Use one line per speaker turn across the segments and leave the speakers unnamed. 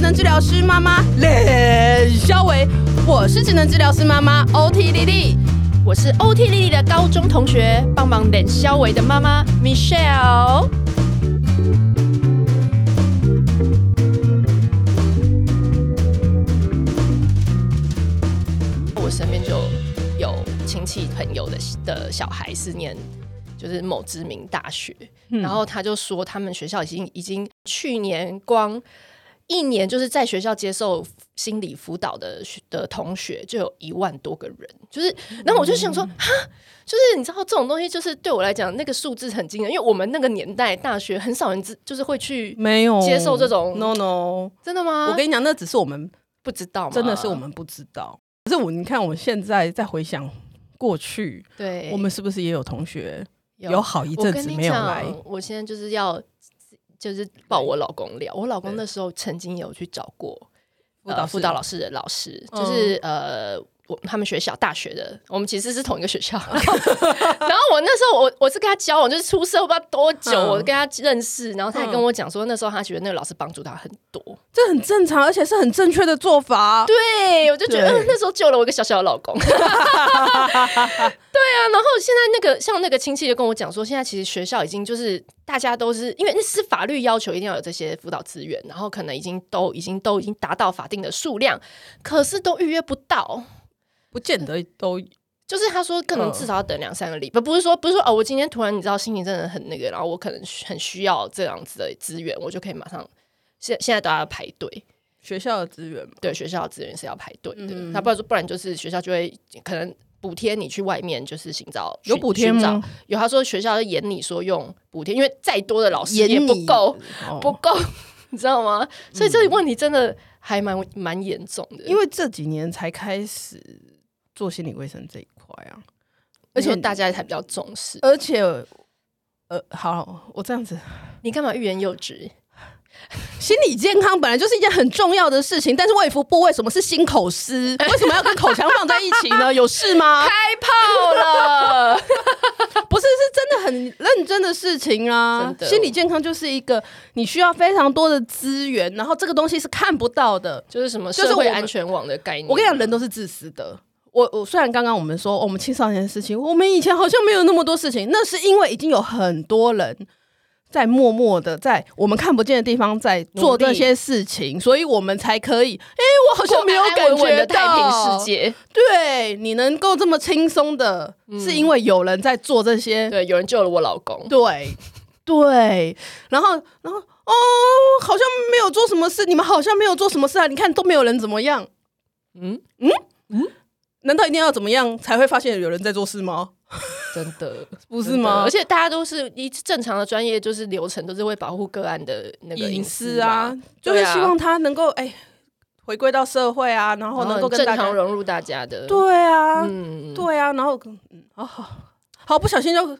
能治疗师妈妈冷肖维，我是职能治疗师妈妈 OT 丽丽。
我是 OT 丽丽的高中同学，帮忙冷肖维的妈妈 Michelle。我身边就有亲戚朋友的的小孩是念就是某知名大学，
嗯
然后他就说他们学校已经已经去年光一年就是在学校接受心理辅导的学的同学就有一万多个人，就是然后我就想
嗯
说哈。就是你知道这种东西，就是对我来讲，那个数字很惊人，因为我们那个年代大学很少人知，就是会去，
没有
接受这种
no no，
真的吗？
嗯我跟你讲，那只是我们
不知道吗，
真的是我们不知道。可是我你看，我现在再回想过去，
对，
我们是不是也有同学有好一
我
阵
跟
子
你
没有
讲
来？
我现在就是要就是抱我老公聊，我老公那时候曾经有去找过呃辅导老师的老师，
嗯
就是、呃。我他们学校大学的，我们其实是同一个学 校。然后我那时候我我是跟他交往，就是出社会不知道多久，
嗯
我跟他认识，然后他还跟
嗯
我讲说，那时候他觉得那个老师帮助他很多。
这很正常，而且是很正确的做法。
对，我就觉得、
对
嗯、那时候救了我一个小小的老公。对啊，然后现在那个像那个亲戚就跟我讲说，现在其实学校已经就是大家都是因为那是法律要求一定要有这些辅导资源，然后可能已经都已经都已经达到法定的数量，可是都预约不到。
不见得都
就是他说，可能
嗯
至少要等两三个礼拜，不是说不是说哦，我今天突然你知道心情真的很那个，然后我可能需很需要这样子的资源，我就可以马上现现在都要排队。
学校的资源嘛。
对学校的资源是要排队的，
嗯
那、不然就不然就是学校就会可能补贴你去外面就是寻找
有
寻
补贴
寻
吗
找有他说学校就严你说用补贴，因为再多的老师
眼
也不够，
不，
不够，你知道吗？所以这个问题真的还蛮蛮严重的，
嗯因为这几年才开始做心理卫生这一块啊，
而且大家还比较重视。
而且呃，好，我这样子，
你干嘛欲言 又止？
心理健康本来就是一件很重要的事情，但是卫福部为什么是心口湿？为什么要跟口腔放在一起呢？有事吗？
开炮了！
不是，是真的很认真的事情啊
真。的
心理健康就是一个你需要非常多的资源，然后这个东西是看不到的。
就是什么
就是
社会
我们
安全网的概念？
我跟你讲，人都是自私的。我我虽然刚刚我们说、哦我们青少年的事情，我们以前好像没有那么多事情，那是因为已经有很多人在默默的在我们看不见的地方在做
努
这
力
些事情，所以我们才可以。哎、我好像没有
过安安
感
稳稳
觉
的太平
到
世。界，
对你能够这么轻松的，
嗯
是因为有人在做这些。
对，有人救了我老公，
对对，然后然后哦，好像没有做什么事，你们好像没有做什么事啊？你看都没有人怎么样？
嗯，
难道一定要怎么样才会发现有人在做事吗？
真的。
不是
真的
吗？
而且大家都是一正常的专业，就是流程都是会保护个案的那个
隐
私
私啊
嘛，，
就是
对啊
希望他能够哎、回归到社会啊，然后
然
能
后
够
正
跟大
常
家
融入大家的。
对啊，
嗯，
对啊，然后嗯，哦好，好不小心就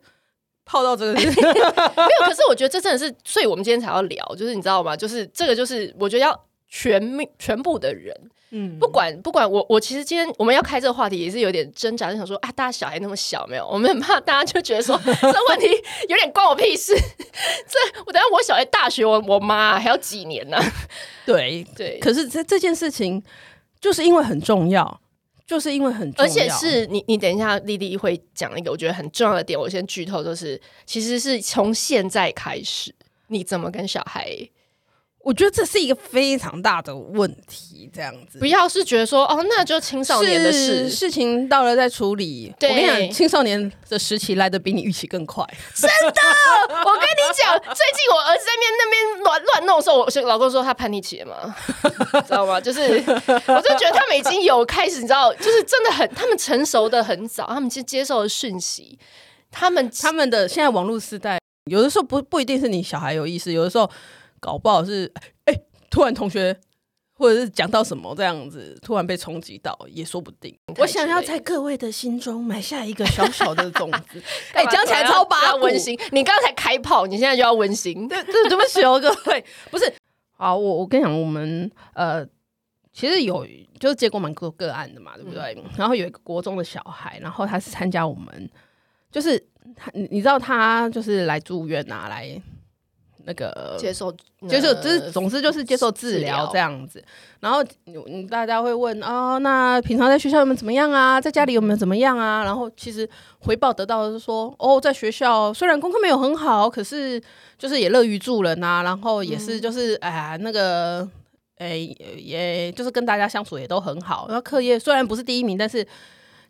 泡到这个
没有。可是我觉得这真的是，所以我们今天才要聊，就是你知道吗？就是这个，就是我觉得要全面全部的人，
嗯
不管不管我我其实今天我们要开这个话题也是有点挣扎，就想说啊，大家小孩那么小，没有，我们很怕大家就觉 得说这问题有点关我屁事。这我等下我小孩大学，我我妈还要几年呢、
对。
对，
可是这这件事情就是因为很重要，就是因为很重要，
而且是你，你等一下，丽丽会讲一个我觉得很重要的点，我先剧透，就是其实是从现在开始，你怎么跟小孩，
我觉得这是一个非常大的问题，这样子
不。要是觉得说哦，那就青少年的
是
事，
事情到了再处理。我
对
跟你讲，青少年的时期来的比你预期更快。
我跟你讲，最近我儿子在面那边乱乱弄的时候，我我老公说他叛逆期了嘛， 知道吗？就是我就觉得他们已经有开始，你知道，就是真的很，他们成熟的很早，他们其实接受的讯息，他们
他们的现在网络时代，有的时候不不一定是你小孩有意识，有的时候搞不好是哎、突然同学或者是讲到什么这样子，突然被冲击到也说不定。我想要在各位的心中埋下一个小小的种子。 哎、讲起来超八
要
股
温馨。你刚才开炮，你现在就要温馨。
对对，对不起哦，各位，不是，好，我我跟你讲，我们呃，其实有就是接过蛮多个案的嘛，对不对？然后有一个国中的小孩，然后他是参加我们，就是他，你你知道他就是来住院啊，来那个
呃接受
接受，
呃
就是总之就是接受治疗这样子。然后你你大家会问哦，那平常在学校有没有怎么样啊？在家里有没有怎么样啊？然后其实回报得到的是说，哦，在学校虽然功课没有很好，可是就是也乐于助人啊，然后也
嗯
是就是哎呀、那个。哎，也就是跟大家相处也都很好，然后课业虽然不是第一名，但是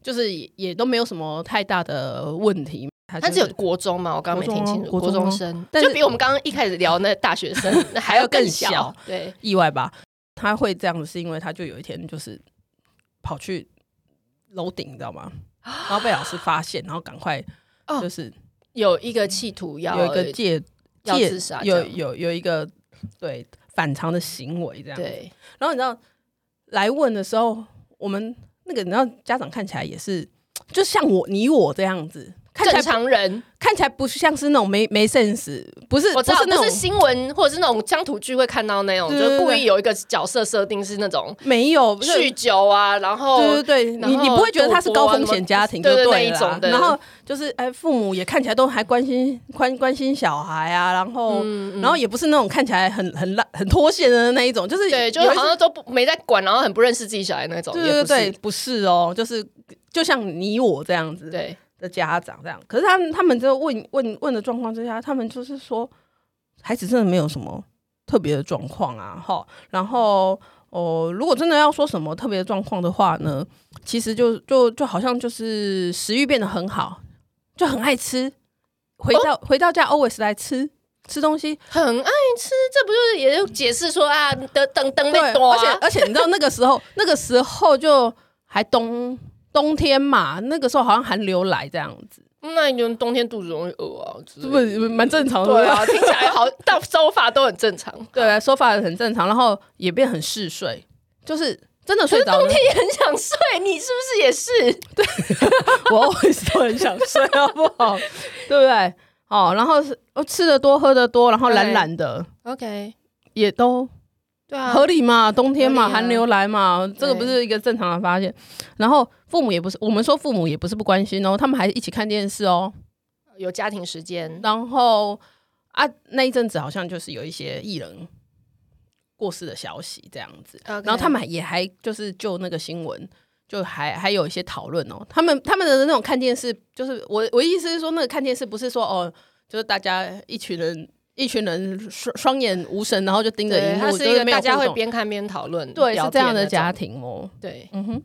就是也也都没有什么太大的问题。他
他
就
只有国中嘛，我刚刚没
国中
听
啊
清楚，
国
国
中啊
中生，
但是
就比我们刚刚一开始聊那大学 生那还要更
还要
小
更，
对，
意外吧？他会这样子，是因为他就有一天就是跑去楼顶，你知道吗？ 然后被老师发现，然后赶快
哦
就是
有一个企图要
有一个借
要
借
自杀这
有
样
有有一个对反常的行为这样。
对，
然后你知道来问的时候，我们那个你知道家长看起来也是，就像我你我这样子，看起
正
来
常人，
看起来不像是那种没没 sense，不是
我知道
不是那
就
种
是新闻或者是那种乡土剧会看到那种，
对
就
对对
故意有一个角色设定是那种
没有就
酗酒啊，然后
对对
然
对，你你
后
不会觉得他是
赌博
高
啊
风
什么
险家庭就
对对
了
那一种
啦
的
然后就是哎，父母也看起来都还关心关关心小孩啊，然后、
嗯
然后也不是那种看起来很很烂很脱线的那一种，就是
对，就是
有一
好像都不没在管，然后很不认识自己小孩那种，
对
也
对
不是
对，不是哦，就是就像你我这样子
对，
的家长这样，可是他们他们就问问问的状况之下，他们就是说孩子真的没有什么特别的状况啊，哈，然后。哦，如果真的要说什么特别的状况的话呢，其实就就就好像就是食欲变得很好，就很爱吃，回到、回到家 always 来吃吃东西，
很爱吃，这不就是也就解释说啊，等等等
对，
被啊多，
而且而且你知道那个时候那个时候就还冬冬天嘛，那个时候好像寒流来这样子，
那你就冬天肚子容易饿啊，之类
是
的
不是蛮正常的？
对啊，听起来好，到手法都很正常。
哦 对，啊，说法很正常，然后也变很嗜睡，就是真的睡着了。
也很想睡，你是不是也是？
我 always 都很想睡，好不 好？对不对？哦，然后是哦吃的多，喝的多，然后懒懒的，
OK，
也都
对啊，
合理嘛，冬天嘛，
合理啊
寒流来嘛，这个不是一个正常的发现。然后父母也不是，我们说父母也不是不关心哦，他们还一起看电视哦。
有家庭时间，
然后啊，那一阵子好像就是有一些艺人过世的消息这样子。
然
然后他们也还就是就那个新闻，就还还有一些讨论哦。他们他们的那种看电视，就是我我意思是说，那个看电视不是说哦，就是大家一群人一群人双双眼无神，然后就盯着
对，
荧
它
幕，
是一个
没有
大家
互
会
动
边看边讨论，
对
聊
是这样
天那
的
种
家，庭哦。
对，
嗯哼，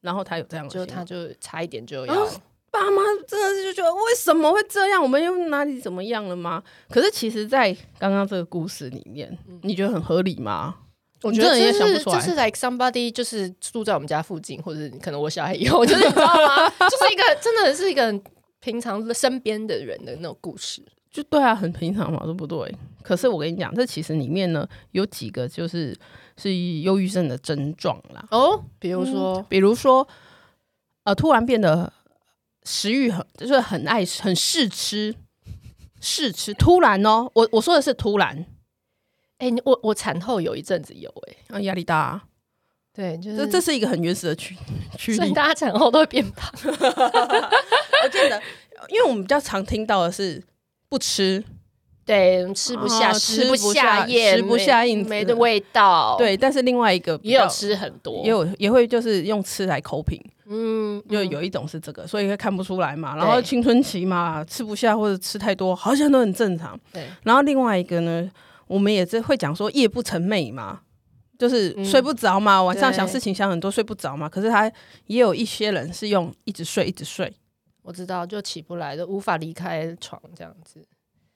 然后他有这样的
就
新
他
闻，
就差一点就
然
要
后爸妈真的是就觉得为什么会这样？我们又哪里怎么样了吗？可是其实，在刚刚这个故事里面，
嗯
你觉得很合理吗？
我
你
觉得
真的也
这
想不
是
出来
就是 like somebody 就是住在我们家附近，或者是可能我小孩以后， 就是你知道吗？就是一个真的是一个很平常的身边的人的那种故事。
就对啊，很平常嘛，对不对？可是我跟你讲，这其实里面呢有几个就是是忧郁症的症状啦，
哦，比如
嗯
说，
比如说呃，突然变得食欲很就是很爱很嗜吃，嗜吃，突然哦，我我说的是突然，
哎、你我我产后有一阵子有、哎，
啊，压力大、啊，
对，就是
这这是一个很原始的驱 驱
嗯所以
力，
大家哦产后都会变胖，
不见得，因为我们比较常听到的是不吃，
对，吃不下，
啊吃
不
不下
咽，
吃不下
没
咽
没的味道，，
对，但是另外一个比
哦也有
较
吃很多，
也有也会就是用吃来抠屏。
嗯，
就有一种是这个，所以会看不出来嘛。然后青春期嘛，吃不下或者吃太多，好像都很正常。
对，
然后另外一个呢，我们也是会讲说夜不成寐嘛，就是
嗯
睡不着嘛，晚上
对
想事情想很多，睡不着嘛。可是他也有一些人是用一直睡一直睡，
我知道，就起不来，就无法离开床这样子。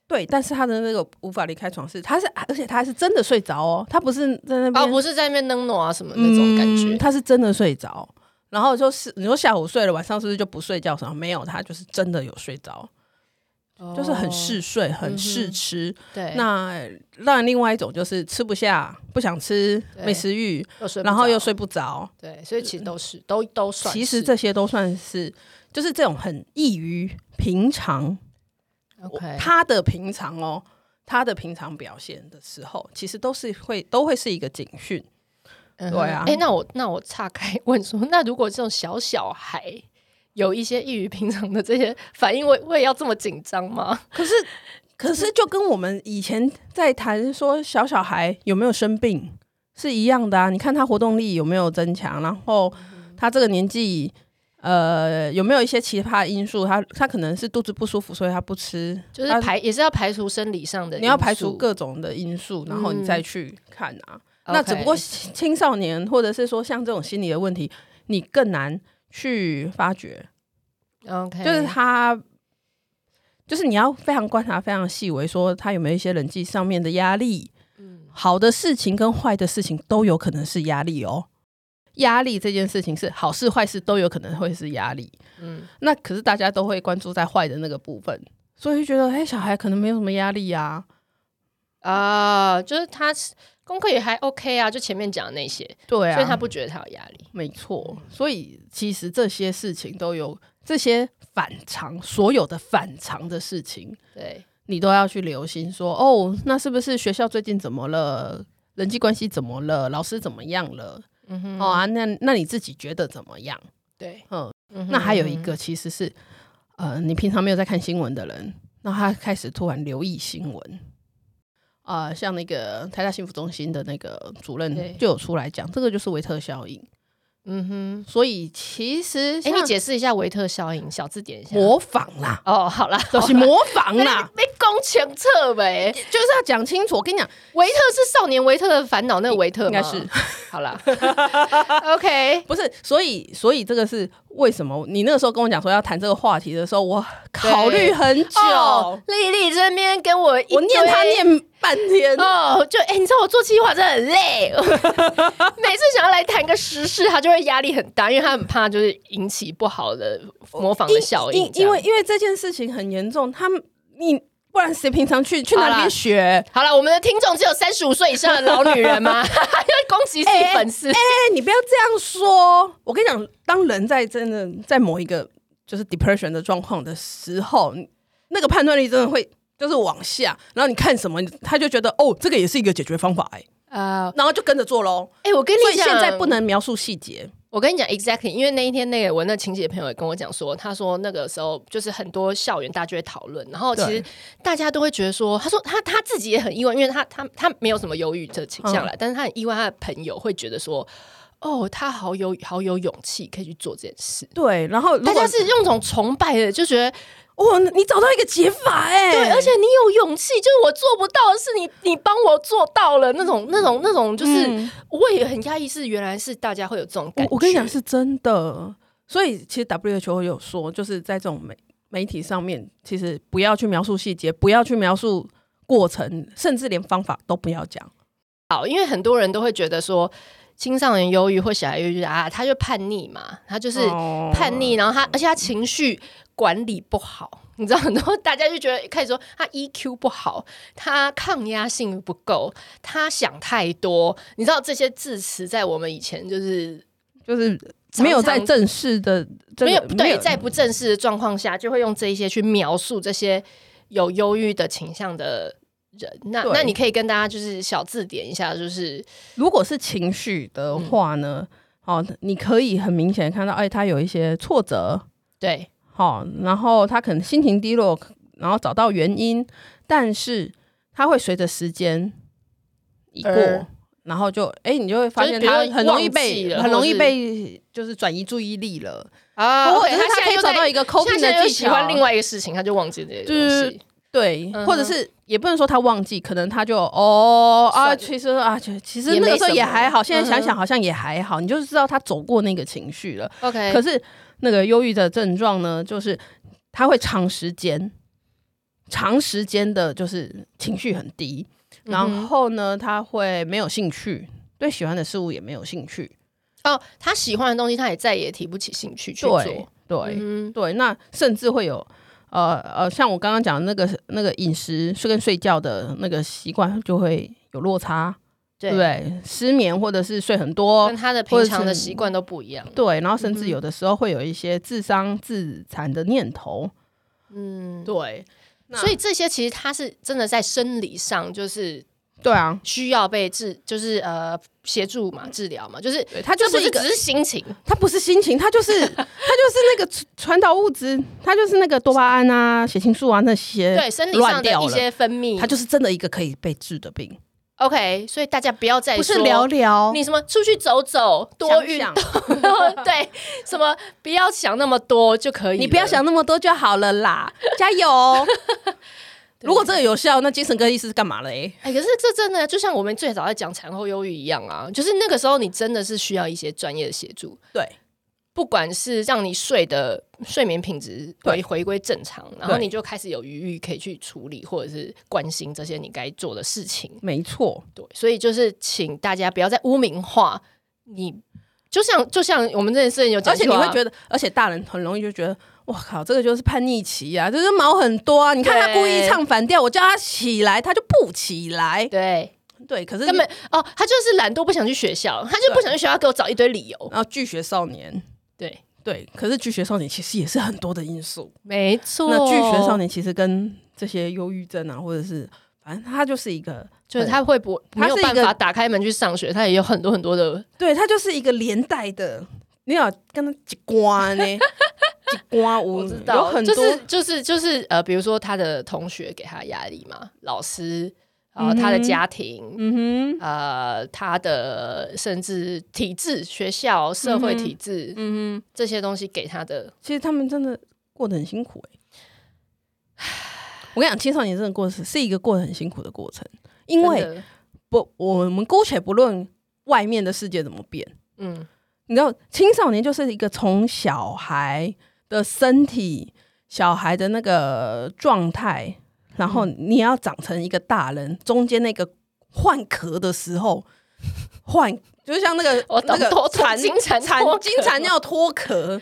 对，但是他的那个无法离开床是，他是而且他是真的睡着哦，他不是在那边、
哦，不是在那边弄弄啊什么那种感觉，
嗯他是真的睡着。然后就是你说下午睡了，晚上是不是就不睡觉什么？没有，他就是真的有睡着。就是很嗜
是
睡、
嗯哼
很嗜吃。
对，
那当然，另外一种就是吃不下、不想吃、
对
没食欲，
又睡不着
然后又睡不着。
对，所以其实都是都都算是。
其实这些都算是，就是这种很异于平常，
OK，
他的平常哦，他的平常表现的时候，其实都是会都会是一个警讯。
对
对啊
哎、那我那我岔开 问说，那如果这种小小孩有一些异于平常的这些反应，我我也要这么紧张吗？
可是可是就跟我们以前在谈说小小孩有没有生病是一样的啊，你看他活动力有没有增强，然后他这个年纪。呃，有没有一些奇葩因素？他他可能是肚子不舒服，所以他不吃，
就是
他
排也是要排除生理上的因
啊
素，
你要排除各种的因素，然后你再去看啊。那只不过
OK
青青少年或者是说像这种心理的问题，你更难去发掘，
OK，
就是他。就是你要非常观察、非常细微，说他有没有一些人际上面的压力。
嗯
好的事情跟坏的事情都有可能是压力哦。压力这件事情是好事坏事都有可能会是压力。
嗯
那可是大家都会关注在坏的那个部分，所以就觉得，哎、小孩可能没有什么压力啊。
啊、就是他功课也还 OK 啊，就前面讲的那些，
对啊，
所以他不觉得他有压力。
没错，所以其实这些事情都有这些反常，所有的反常的事情，
对，
你都要去留心说哦，那是不是学校最近怎么了？人际关系怎么了？老师怎么样了？
嗯哼
哦啊，那那你自己觉得怎么样？
对，
嗯，
嗯哼
那还有一，个其实是，呃，你平常没有在看新闻的人，那他开始突然留意新闻。啊、像那个台大幸福中心的那个主
对
任就有出来讲，这个就是维特效应。
嗯哼，
所以其实
哎、
像，
你解释一下维特效应，小字典一下。
模仿啦，
哦， 好啦，
就是模仿啦，
被攻前 测呗。
就是要讲清楚。我跟你讲，
维特是少年维特的烦恼，那个维特
应
吗
该是
好啦，OK，
不是？所以，所以这个是为什么？你那个时候跟我讲说要谈这个话题的时候，我考虑很久，
哦，丽丽这边跟我一
我念他
堆
念半天。
哦，就哎、你知道我做计划真的很累， 每次想要来谈个时事，他就会压力很大，因为他很怕就是引起不好的模仿的效应
因
这样。
因为因为这件事情很严重，他们你不然谁平常去去哪
好啦
边学？哎
好了，我们的听众只有三十五岁以上的老女人 吗？要攻击自己粉丝、
哎、你不要这样说。我跟你讲，当人在真的在某一个就是 depression 的状况的时候，你那个判断力真的会就是往下。然后你看什么，他就觉得哦，这个也是一个解决方法哎、
啊！
然后就跟着做喽。
哎、我跟
所以
你讲，
现在不能描述细节，
我跟你讲，exactly，因为那一天那个我那琴姐朋友也跟我讲说，他说那个时候就是很多校园大家就会讨论，然后其实
对
大家都会觉得说，他说他他自己也很意外，因为他他他没有什么忧郁的倾向啦，
嗯
但是他很意外，他的朋友会觉得说，哦，他好有好有勇气可以去做这件事。
对。然后如
大
果
家是用一种崇拜的，就觉得
哇，你找到一个解法哎、
对，而且你有勇气，就是我做不到的事，你你帮我做到了，那种那种那种，就是、
嗯
我也很压抑，是原来是大家会有这种感
我
觉。
我跟你讲是真的。所以其实 WHO 有说，就是在这种媒媒体上面，其实不要去描述细节，不要去描述过程，甚至连方法都不要讲。
好，因为很多人都会觉得说，青少年忧郁或小孩忧郁啊，他就叛逆嘛，他就是
哦
叛逆，然后他而且他情绪管理不好，你知 道，很多大家就觉得开始说他 EQ 不好，他抗压性不够，他想太多，你知道这些字词在我们以前就是。
就是
嗯常
没有在正式的这个
没有对，
有
在不正式的状况下，就会用这一些去描述这些有忧郁的倾向的人。那
对
那你可以跟大家就是小字典一下，就是
如果是情绪的
嗯
话呢，哦，你可以很明显地看到，哎，他有一些挫折，
对
好、然后他可能心情低落，然后找到原因，但是他会随着时间一过，
而
然后就哎，你就会发
呃就是
现
比如
他
说
很容易
忘记
被
了
很容易
或是
被就是转移注意力了，
啊
或者
OK，
是
现
他可
在
以
又
找
在
到一个 coping
现在
的
又
技
喜
巧，
欢另外一个事情，他就忘记这些东
就是
西。
对，
嗯哼
或者是也不能说他忘记，可能他就哦
算
啊，
了
其实啊，其其实
也
那
没
个时候
什
也
么
还好，现在想
嗯
想好像也还好，你就知道他走过那个情绪了。
OK，
可是那个忧郁的症状呢，就是他会长时间、长时间的，就是情绪很低，
嗯
然后呢，他会没有兴趣，对喜欢的事物也没有兴趣，
哦，他喜欢的东西，他也再也提不起兴趣去做。
对对、
嗯
对，那甚至会有。呃呃，像我刚刚讲的那个那个饮食睡跟睡觉的那个习惯就会有落差，对
对
不对？失眠或者是睡很多
跟，他嗯的
或
平
者
常的
是
习惯都不一样。
对，然后甚至有的时候会有一些自伤自残的念头，
嗯，
对，那
所以这些其实他是真的在生理上就是
对啊，
需要被治，就是呃协助嘛，治疗嘛，就是
对，它就
这不
是一
是
个
只，是心情，
它不是心情，它就是 它就是那个传传导物质，它就是那个多巴胺啊、血清素啊那些，
对生理上
乱
的
掉
一
了
些分泌，
它就是真的一个可以被治的病，
OK，所以大家不要再
不是
说
聊聊
你什么出去走走，多运
想
动，然后 对什么不要想那么多就可以了，
你不要想那么多就好了啦，加 油！如果真的有效，那精神科医师是干嘛嘞？
哎、可是这真的就像我们最早在讲产后忧郁一样啊，就是那个时候你真的是需要一些专业的协助，
对，
不管是让你睡的睡眠品质回回归正常，然后
对
你就开始有余裕可以去处理或者是关心这些你该做的事情。
没错，
对，所以就是请大家不要再污名化你，就像就像我们这件事情有讲、
而
啊，
且你会觉得，而且大人很容易就觉得，哇靠，这个就是叛逆期啊，就是毛很多啊。你看他
对
故意唱反调，我叫他起来，他就不起来。
对。
对，可是
根本哦，他就是懒惰，不想去学校，他就不想去学校，给我找一堆理由。
然后拒学少
嗯
年，
对，
对，可是拒学少年其实也是很多的因素。
没错
那拒学少年其实跟这些忧郁症啊，或者是反正他就是一个，
就是他会不
他
没
是
有
一个
办法打开门去上学，他也有很多很多的。
对，它就是一个连带的，你要跟他一关呢，一 关我有很
就
多、
是就是就是呃，比如说他的同学给他压力嘛，老师，然后
嗯哼
他的家庭，
嗯哼，
呃，他的甚至体制、学校、社会体制、
嗯哼，
这些东西给他的，
其实他们真的过得很辛苦哎、我跟你讲，青少年真的过的是是一个过得很辛苦的过程，因为
真的
不，我们姑且不论外面的世界怎么变，
嗯，
你知道，青少年就是一个从小孩的身体、小孩的那个状态，然后
嗯
你要长成一个大人，中间那个换壳的时候，换就像那个
我懂
那个
脱
蚕
金蚕
蚕
脱壳
金蚕要脱壳。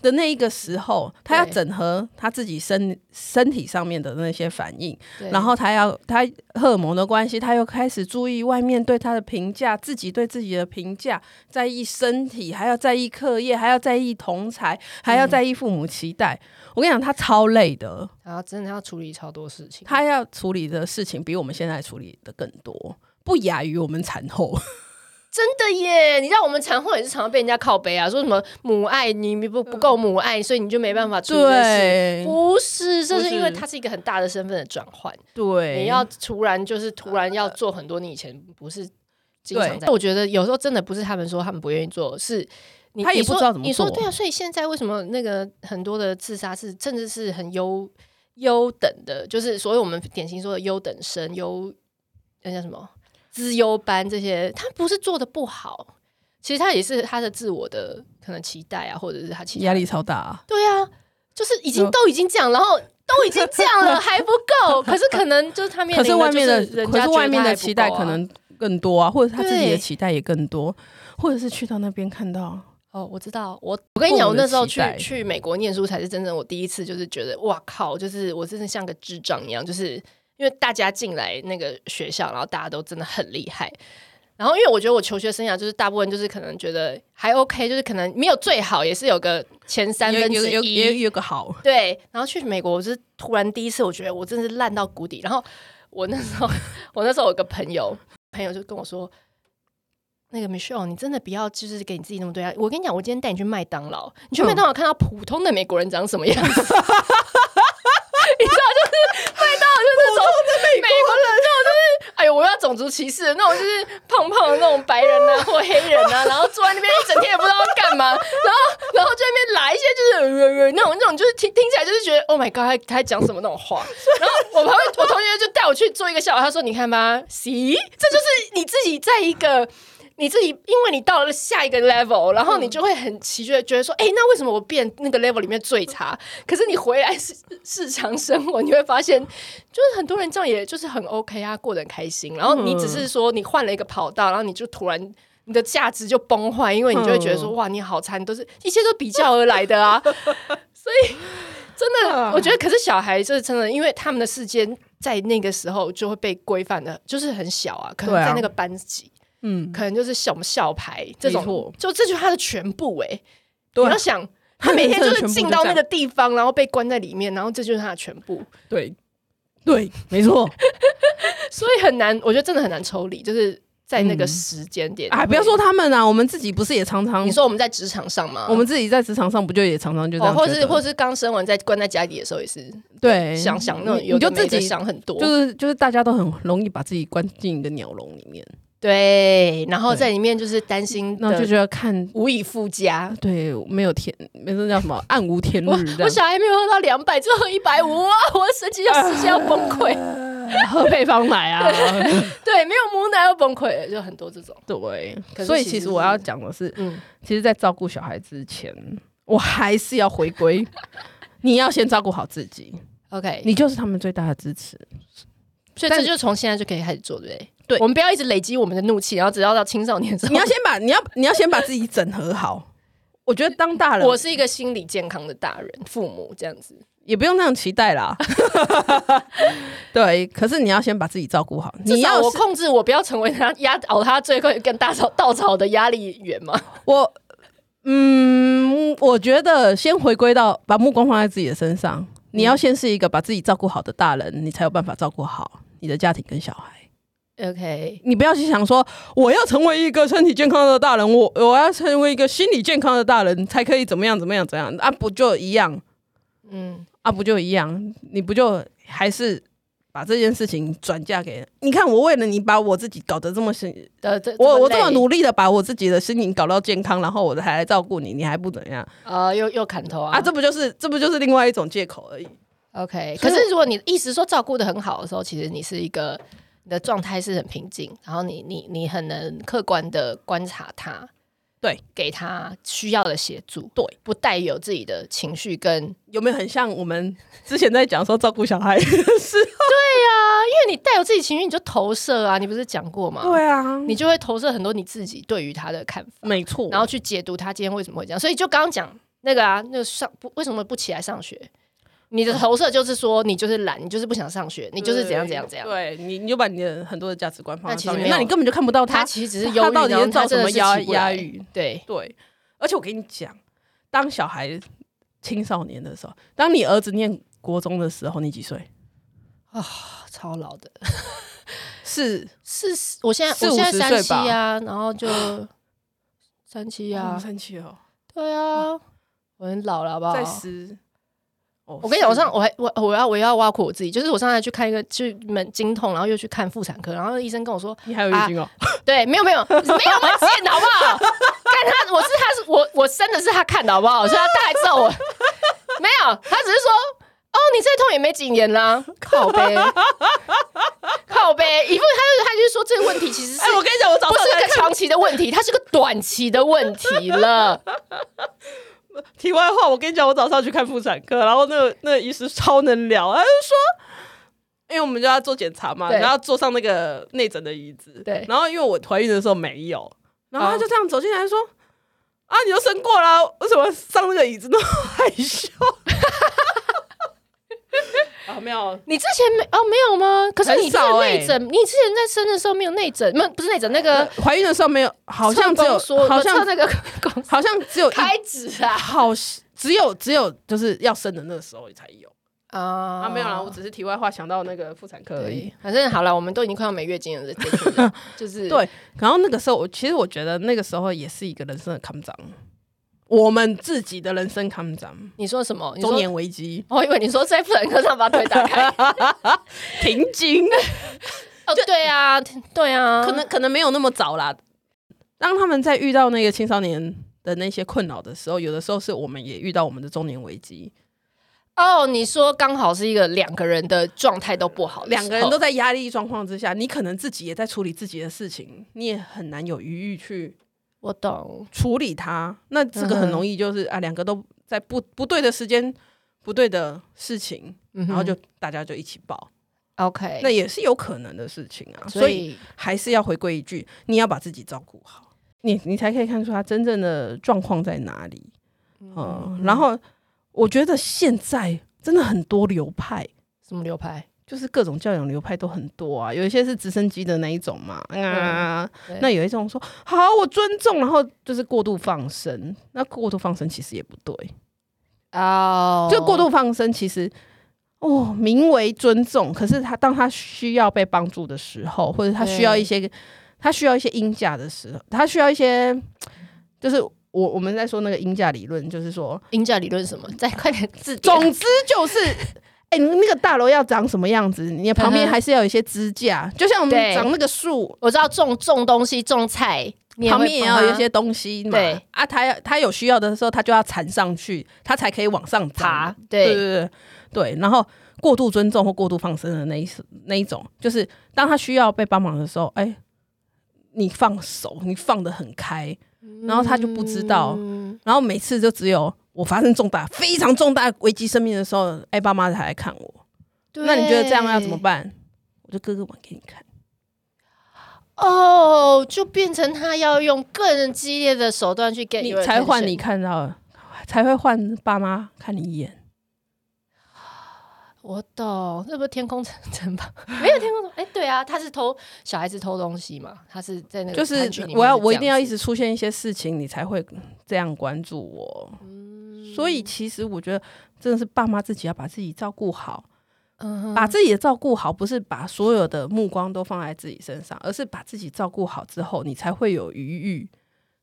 的那一个时候，他要整合他自己身身体上面的那些反应，
对
然后他要他荷尔蒙的关系，他又开始注意外面对他的评价，自己对自己的评价，在意身体，还要在意课业，还要在意同才，还要在意父母期待。
嗯
我跟你讲，他超累的，
然后真的要处理超多事情，
他要处理的事情比我们现在处理的更多，不亚于我们产 后。
真的耶！你知道我们产后也是常常被人家靠背啊，说什么母爱你你不不够母爱，所以你就没办法处理这事。
对
不是，这
不
是因为
是
它是一个很大的身份的转换，
对，
你要突然就是突然要做很多你以前不是经常
对
在。我觉得有时候真的不是他们说他们不愿意做，是你
他也
你说
不知道怎么
你说
做
对啊，所以现在为什么那个很多的自杀是甚至是很优优等的，就是所谓我们典型说的优等生、优那叫什么资优班这些，他不是做的不好，其实他也是他的自我的可能期待啊，或者是他其他
压力超大、啊。
对啊，就是已经
嗯
都已经这样，然后都已经这样 了还不够，可是可能就是他面
可
临
是外面
的
的
就，人
可
家
是
觉得
外面
他还
的
不
期待
够啊
可能更多啊，或者他自己
对
的期待也更多，或者是去到那边看到
哦，我知道，我我跟你讲，
父
我
母的
那时候
期
去
待
去美国念书才是真正我第一次就是觉得哇靠，就是我真的像个智障一样，就是因为大家进来那个学校，然后大家都真的很厉害。然后，因为我觉得我求学生涯就是大部分就是可能觉得还 OK，就是可能没有最好，也是有个前三分之
有
一，
有有也有个好，
对，然后去美国，我是突然第一次，我觉得我真是烂到谷底。然后我那时候， 我那时候有个朋友，朋友就跟我说：“那个 Michelle，你真的不要就是给你自己那么对啊！我跟你讲，我今天带你去麦当劳，你去麦当劳看到普通的美国人长什么样子。” 你知道，就是麦当劳就是普通的美国人，那种就是 哎呦，我要种族歧视，那种就是胖胖的那种白人啊或黑人啊，然后坐在那边一整天也不知道要干嘛，然后然后就在那边来一些就是、呃呃呃那种那种就是听听起来就是觉得 Oh my God，他他讲什么那种话。然后我旁边我同学就带我去做一个笑话，他说你看吧，See，这就是你自己在一个。你自己，因为你到了下一个
嗯
level，然后你就会很奇怪，觉得说，哎、那为什么我变那个 level 里面最 差？可是你回来市市场生活，你会发现，就是很多人这样，也就是很 OK 啊，过得很开心。然后你只是说你换了一个跑道，然后你就突然你的价值就崩坏，因为你就会觉得说，
嗯
哇，你好惨，你都是一切都比较而来 的啊。真的，
啊
我觉得，可是小孩就是真的，因为他们的世界在那个时候就会被规范的，就是很小啊，可能
对啊
在那个班级，
嗯，
可能就是什么校牌这
没
种
错，
就这就是他的全部哎、欸。
对
你
啊
要想，他每天就
真的
是
全部
进
就
到
这
那
样
个地方，然后被关在里面，然后这就是他的全部。
对对，没错，
所以很难，我觉得真的很难抽离，就是在那个时间点。
嗯哎，不要说他们啊，我们自己不是也常常
你，说我们在职场上吗？
我们自己在职场上不就也常常就这
哦，
样觉
或
得，
是或是刚生完在关在家里的时候也是
对
想想那种
你
有
你
的
就
没
自
的
己
想很多，
就是就是大家都很容易把自己关进一个鸟笼里面，
对，然后
对
在里面就是担心
那就
的
觉得看
无以复加。
对没有天，没那叫什么暗无天
我
日嗯这
我
样。
小孩没有喝到两百，最后一百五啊！我的神经要世界要崩 溃，
喝配方奶啊，
对，没有母奶要崩溃，就很多这种。可
对。
是
所以
其
其
实
实我要
是
讲的是，
嗯，
其实，在照顾小孩之前，我还是要回归， 你要先照顾好自己，
OK，
你就是他们最大的支持。
所以
但
这就从现在就可以开始做，对不对？
对
我们不要一直累积我们的怒气，然后只要到青少年的时候
你要先把你要你要先把自己整合好。我觉得当大人，
我是一 个心理健康的大人，父母这样子。
也不用那样期待 啦。对，可是你要先把自己照顾好。
至
你
少
要
我
是
控制我不要成为他压倒他最后一根大草稻草的压力源嘛。
我，嗯，我觉得先回归到把目光放在自己的身上。你
嗯
要先是一个把自己照顾好的大人，你才有办法照顾好你的家庭跟小孩。
OK，
你不要去想说我要成为一个身体健康的大人，我我要成为一个心理健康的大人，才可以怎么样怎么样怎么样啊？不就一样？
嗯，
啊，不就一样？你不就还是把这件事情转嫁给？你看，我为了你把我自己搞得这么辛，
呃，这
我我这
这
么
么
努力的把我自己的心情搞到健康，然后我还来照顾你，你还不怎样
啊、呃，又又砍头啊
啊？这不就是这不就是另外一种借口而已？
OK。
所
可
以
是如果你一直说照顾的很好的时候，其实你是一个你的状态是很平静，然后你你你很能客观的观察他，
对，
给他需要的协助，
对，
不带有自己的情绪跟
有没有很像我们之前在讲说照顾小孩是？
啊因为你带有自己情绪，你就投射啊，你不是讲过吗？
对啊，
你就会投射很多你自己对于他的看法，
没错。
然后去解读他今天为什么会这样。所以就刚刚讲那个啊，那个上不为什么不起来上学？你
啊
的投射就是说你就是懒，你就是不想上学，你就是怎样怎样怎样。
对你，你就把你的很多的价值观放在
那其实
上面，
没有
那你根本就看不到
他
哦他
其实只是忧
他
郁，
到底
然后
是造
真
什
的
么
是
压
起不来
压抑？
对，
对，而且我跟你讲，当小孩青少年的时候，当你儿子念国中的时候，你几岁？啊
超老的。
是
四十，我现在
四
我现在
五十岁
三七啊，然后 就三七
呀，
啊，
生气哦，
对啊，我很老了，好不好？
在十。哦
我跟你讲，我上
是
我还我我要我要挖苦我自己，就是我上来去看一个去门经痛，然后又去看妇产科，然后医生跟我说，
你还有 月经哦，
对，没有没有没有那么贱，好不好？ 看他，我是他是我我生的是他看的好不好？所以他大概知道 我没有，他只是说。哦，你这痛也没几年啦、靠背，靠背，一副他就他就说这个问题其实是、
哎，我跟你讲，我早
不
上
是
才
个
看。
长期的问题，它是个短期的问题了。
题外话，我跟你讲，我早上去看妇产科，然后那个那个医师超能聊，他就说。因为我们就要做检查嘛，
对
然后坐上那个内诊的椅子。
对
然后因为我怀孕的时候没有，然后他就这样走进来说：“啊，你都生过啦，为什么上那个椅子那么害 羞？”啊，没有，
你之前没哦没有吗？可是你这
很少
个
欸
内诊，你之前在生的时候没有内诊，没有不是内诊，那个
怀孕的时候没有，好像只
测
有
宫缩，
好
测
像
那个 宫
好像只有一
开指啊
好只有只有就是要生的那个时候才有
啊
啊，没有啦，我只是题外话想到那个妇产科而已。
对，反正好了，我们都已经快要没月经了，这这 群人就是
对，然后那个时候，我其实我觉得那个时候也是一个人生的康长，我们自己的人生康长，
你说什么？你
中
说。哦
年危机，
我以为你说在妇产科上把腿打 开
停经，
哦，对啊，对啊，
可能可能没有那么早啦。当他们在遇到那个青少年的那些困扰的时候，有的时候是我们也遇到我们的中年危机，
哦，你说刚好是一个两个人的状态都不好的时候，
两个人都在压力状况之下，你可能自己也在处理自己的事情，你也很难有余裕去
我懂，
处理它。那这个很容易就是、啊，两个都在不不对的时间，不对的事情，
然
然后就大家就一起爆，
嗯 OK，
那也是有可能的事情啊。哎所
所
以
以
还是要回归一句，你要把自己照顾好，你你才可以看出他真正的状况在哪里。嗯，然后我觉得现在真的很多流派。
什么流派？
就是各种教养流派都很多啊，有一些是直升机的那一种嘛，啊，
对
那有一种说好我尊重，然后就是过度放生，那过度放生其实也不对，
哦
就过度放生，其实哦，名为尊重，可是他当他需要被帮助的时候，或者他需要一些他需要一些音价的时候，他需要一些就是我我们在说那个音价理论，就是说，
音价理论什么？再快点字典。
总之就是。 哎、你那个大楼要长什么样子？你的旁边
嗯哼
还是要有一些支架，就像我们
对
长那个树，
我知道种种东西、种菜，你
旁
会
边也
帮
要有一
它
些东西嘛。
对
啊，他要他有需要的时候，他就要缠上去，他才可以往上长
爬。
对
对，
对对对，然后过度尊重或过度放生的那一那一种，就是当他需要被帮忙的时候，哎，你放手，你放得很开，然后他就不知道，
嗯
然后每次就只有我发生重大、非常重大危机生命的时候，哎，爸妈才来看我。那你觉得这样要怎么？办？我就割个碗给你看。
对哦，就变成他要用更激烈的手段去给
你才换你。看到的，才会换爸妈看你一眼。
我懂，这不是天空城城堡？没有天空城，哎、对啊，他是偷小孩子偷东西嘛，他是在那个
就是
餐具里面
我要
这样
我一定要一
子
直出现一些事情，你才会这样关注我。
嗯
所以其实我觉得真的是爸妈自己要把自己照顾好，
嗯哼
把自己的照顾好，不是把所有的目光都放在自己身上，而是把自己照顾好之后，你才会有余裕，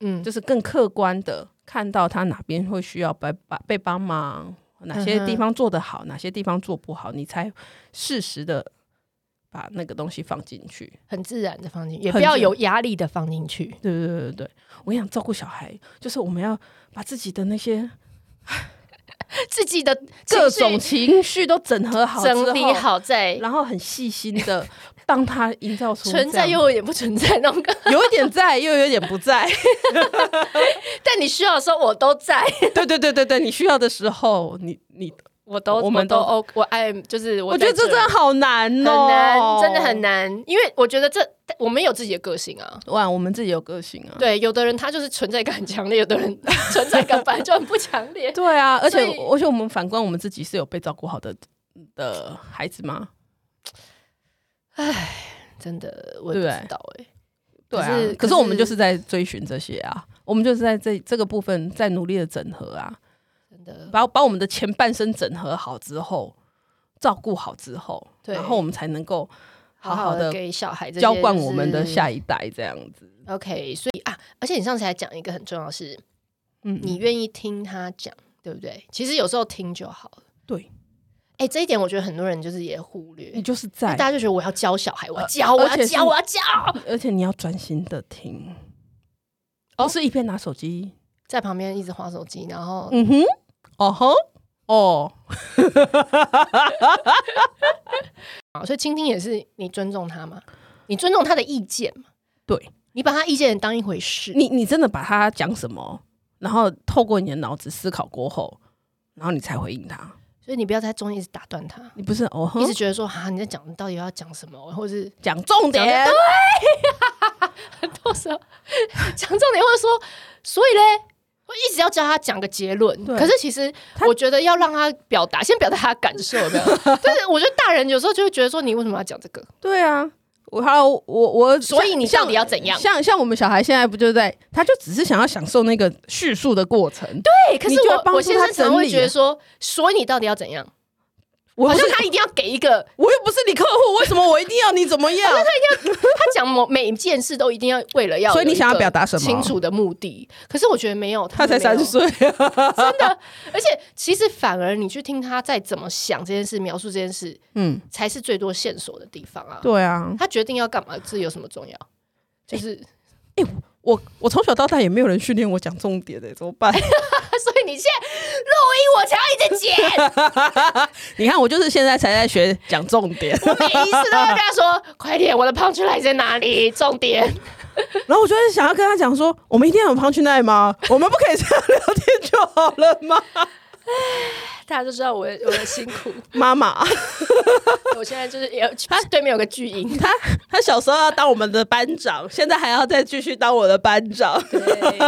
嗯
就是更客观的看到他哪边会需要被帮被帮忙，哪
嗯
些地方做得好，哪些地方做不好，你才适时的把那个东西放进去。
很自然的放进去，也
很
不要
自
有压力的放进去。
对对对对对，我跟你讲，照顾小孩就是我们要把自己的那些
自己的
各
情绪
种情绪都整合好之后，
整理好再
然后很细心 的帮他营造出
存在
这样
又有点不存在那种感，
有一点在，又有一点不在。
但你需要的时候我都在，
对对对对对，你需要的时候，你你，
我都
我们
都
都
O，我爱就是我
我觉得
在
这真的好难
很
哦，
难，真的很。难，因为我觉得这我们有自己的个性啊。
哇，我们自己有个性啊。
对，有的人他就是存在感很强烈，有的人 存在感本来就很不强 烈。
对啊，而且
所以
而且我们反观我们自己是有被照顾好的的孩子吗？
真的，我也
对
不
不
知道哎、
对啊
可是，
可
可是
是我们就是在追寻这些啊，我们就是在这这个部分在努力的整合啊，
真的
把把我们的前半生整合好之后，照顾好之后，
对
然后我们才能够好好
的
的
给小孩这些
浇灌我们的
就是
下一代，这样子。
OK，所以啊，而且你上次还讲一个很重要的是，
嗯，
你愿意听他讲，对不对？其实有时候听就好了。
对
哎、这一点我觉得很多人就是也忽略，
你就是
因为
在
大，家就觉得我要教小孩，我要教，我
嗯呃而
要
且是
教，我要教，
而且你要专心的听，
哦
不是一边拿手机。
在旁边一直划手机，然后
嗯哼，哦吼，哦，
啊，所以倾听也是你尊重他嘛，你尊重他的意见嘛，
对
你把他意见当一回事，
你，你真的把他讲什么，然后透过你的脑子思考过后，然后你才回应他。
所以你不要在中间一直打断他，
你不是哦哼
一直觉得说啊，你在讲，你到底要讲什么，或者 是
讲重
讲
点
得，到时候讲重点，或者说，所以嘞。我一直要教他讲个结论，
对
可是其实我觉得要让他表达，先表达他的感受，有没有？ 但是我觉得大人有时候就会觉得说，你为什么要讲这个？
对啊，我还有我我，
所以你
像
到底要怎样？
像像我们小孩现在不就在，他就只是想要享受那个叙述的过程。对，
对，可
你
是
就要
我
帮
我
助
先
他
生常
整
会
理
觉得
啊
说，所以你到底要怎样？
我
好
又不
像
是
他一定要给一个，
我又不是你客户，为什么我一定要你怎么样？
他讲某每一件事都一定要为了要，
所以你想要表达什么
清楚的目的？可是我觉得没有，
他
们
才
没
三十，
有
岁，
真的。而且其实反而你去听他再怎么想这件事，描述这件事，
嗯，
才是最多线索的地方啊。
对啊，
他决定要干嘛，这有什么重要？就是，
我我从小到大也没有人训练我讲重点的、怎么办？
所以你现在录音，我才要一直剪。
你看，我就是现在才在学讲重点，
我每一次都要跟他说：“快点，我的 punch line 在哪里？重点。
然后我就会想要跟他讲说，我们一定要有 punch line 吗？我们不可以这样聊天就好了吗？”
大家都知道我的我的辛苦，
妈妈，
我现在就是也对面有个 巨婴，
他他小时候要当我们的班长，现在还要再继续当我的班长。
对，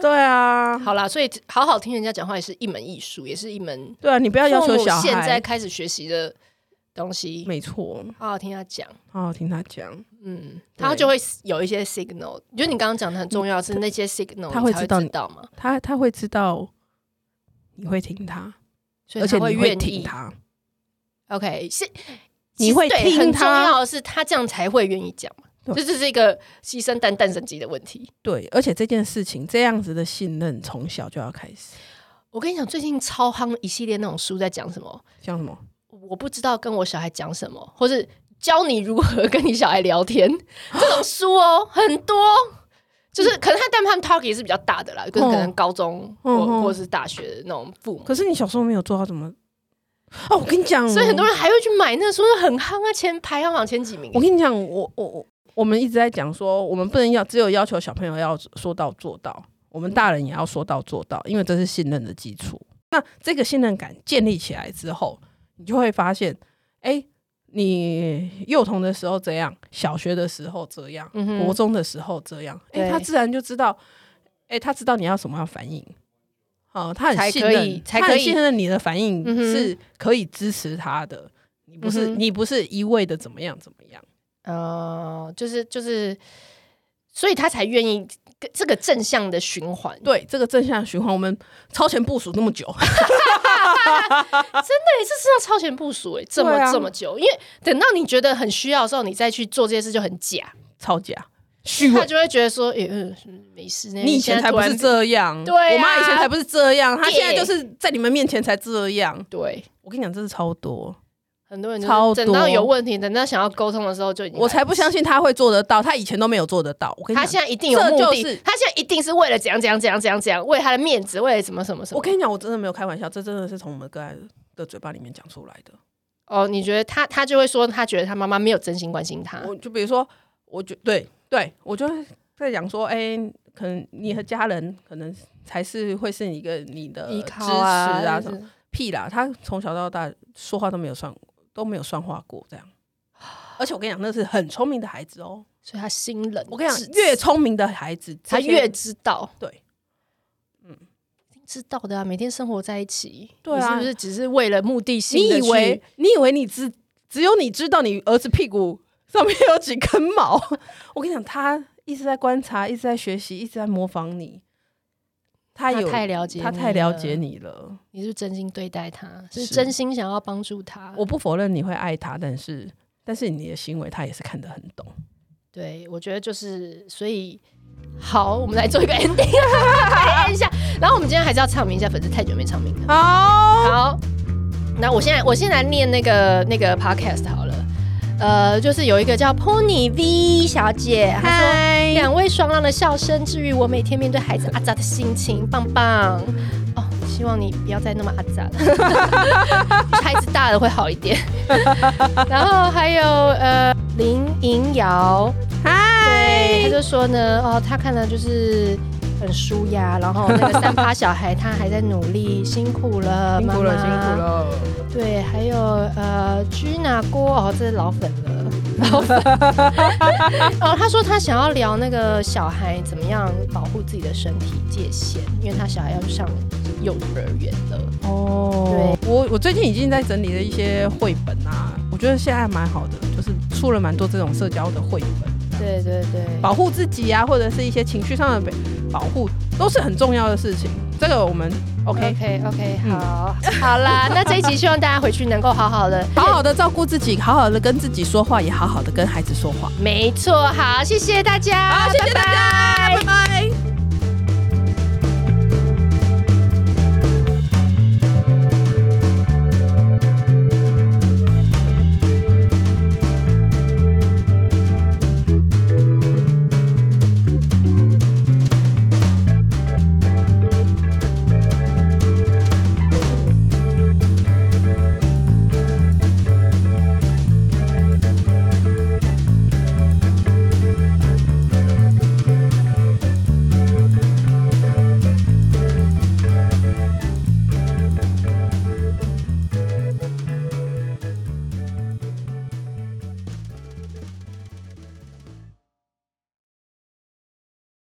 对啊，
好啦，所以好好听人家讲话也是一门艺术，也是一门
对啊，你不要要
父
求
母
小孩。
现在开始学习的东西。
没错，
好好听他讲，
好好听他讲，
嗯，他就会有一些 signal。就你刚刚讲的很重要，
嗯
是那些 signal，
他会
你才
知道
知
你
道嘛？
他他会知道你会听他，
所以
而且
他
你会
愿
挺
意。
他，
OK，是
你
其实
会
对
听
很重
他
要的是，他这样才会愿意讲嘛。
对
这就是一个牺牲蛋蛋生鸡的问题。
对，而且这件事情这样子的信任从小就要开始，
我跟你讲，最近超夯一系列那种书在讲什么，
像什么
我不知道跟我小孩讲什么，或是教你如何跟你小孩聊天这种书哦，很多。就是可能他但他们 target 是比较大的啦，就是可能高中或、
嗯嗯
或是大学的那种父母，
可是你小时候没有做到怎么？哦，我跟你讲，
所以很多人还会去买那个书，很夯啊，前排行榜前几名
我。跟你讲，我我我我们一直在讲说，我们不能要只有要求小朋友要说到做到，我们大人也要说到做到，因为这是信任的基础。那这个信任感建立起来之后，你就会发现，哎、你幼童的时候这样，小学的时候这样，
嗯哼
国中的时候这样，哎、
对
他自然就知道，哎、他知道你要什么样的反应。哦，他
才
很信
可
任，
以才
他很
可以
信任你的反应
嗯哼
是可以支持他的，你不是、
嗯哼
你不是一味的怎么样怎么样。
呃，就是就是，所以他才愿意跟这个正向的循环。
对这个正向循环，我们超前部署那么久，
对，这是要超前部署哎、这么、
对啊
这么久，因为等到你觉得很需要的时候，你再去做这些事就很假，
超假 虚
他
伪。
就会觉得说，诶、嗯，没事，那
你以前
现在
才
突
不
然
是这样，
对啊
我妈以前才不是这样，她现在就
对
是在你们面前才这样。
对。
我跟你讲，这是超多，
很多人就是
超
等到
多
有问题，等到想要沟通的时候就已经
我才不相信她会做得到，她以前都没有做得到。我跟你
他
讲，
现在一定有目
这
的，
就是
他现在一定是为了怎样怎样怎样怎样怎样，为了他的面子，为了什么什么什么。
我跟你讲，我真的没有开玩笑，这真的是从我们个案的嘴巴里面讲出来的。
哦，你觉得他他就会说，他觉得他妈妈没有真心关心他，
我就比如说，我觉对对，我就在讲说，哎、可能你和家人可能才是会是一个你的
依
支
靠
持啊
就
什么
是。
屁啦，他从小到大说话都没有算都没有算话过这样。而且我跟你讲，那是很聪明的孩子哦。
所以他心冷。
我跟你
至
讲，
此
越聪明的孩子，
他
这些
越知道，嗯
对，
知道的啊，每天生活在一起，
对
你
啊
是不是只是为了目的性
你
地
以
去？
为你以为你知只有你知道你儿子屁股上面有几根 毛？我跟你讲，他一直在观察，一直在学习，一直在模仿你。他
他
有
太了解，
他太了解，你了。
你是不是真心对待他，是
是
真心想要帮助他。
我不否认你会爱他，但是但是你的行为他也是看得很懂。
对，我觉得就是，所以好，我们来做一个 ending，啊 end 一下。然后我们今天还是要唱名一下，粉丝太久没唱名了。
好，
好，那我现在我现在念那个那个 podcast 好了。呃，就是有一个叫 Pony V 小姐，她说
嗨
两位爽朗的笑声治愈我每天面对孩子阿杂的心情，棒棒哦！希望你不要再那么阿杂了，孩子大了 会好一点。 然后还有呃林莹瑶，对，
嗨
他，就说呢，哦，他看了就是很舒压，然后那个三趴小孩他还在努力，辛苦了，
辛苦了，
妈
辛
妈
苦。了。
对，还有呃，Gina 郭哦，这是老粉 了，老粉哦，他说他想要聊那个小孩怎么样保护自己的身体界限，因为他小孩要上幼儿园了。
哦，对，我我最近已经在整理了一些绘本啊，我觉得现在还蛮好的，就是出了蛮多这种社交的绘本，
对对对，
保护自己啊，或者是一些情绪上的被保护，都是很重要的事情。这个我们 OK，
OK OK，
嗯
好，好啦，那这一集希望大家回去能够好好的，
好好的照顾自己，好好的跟自己说话，也好好的跟孩子说话。
没错，好，谢谢大家，
好，谢谢大家，拜拜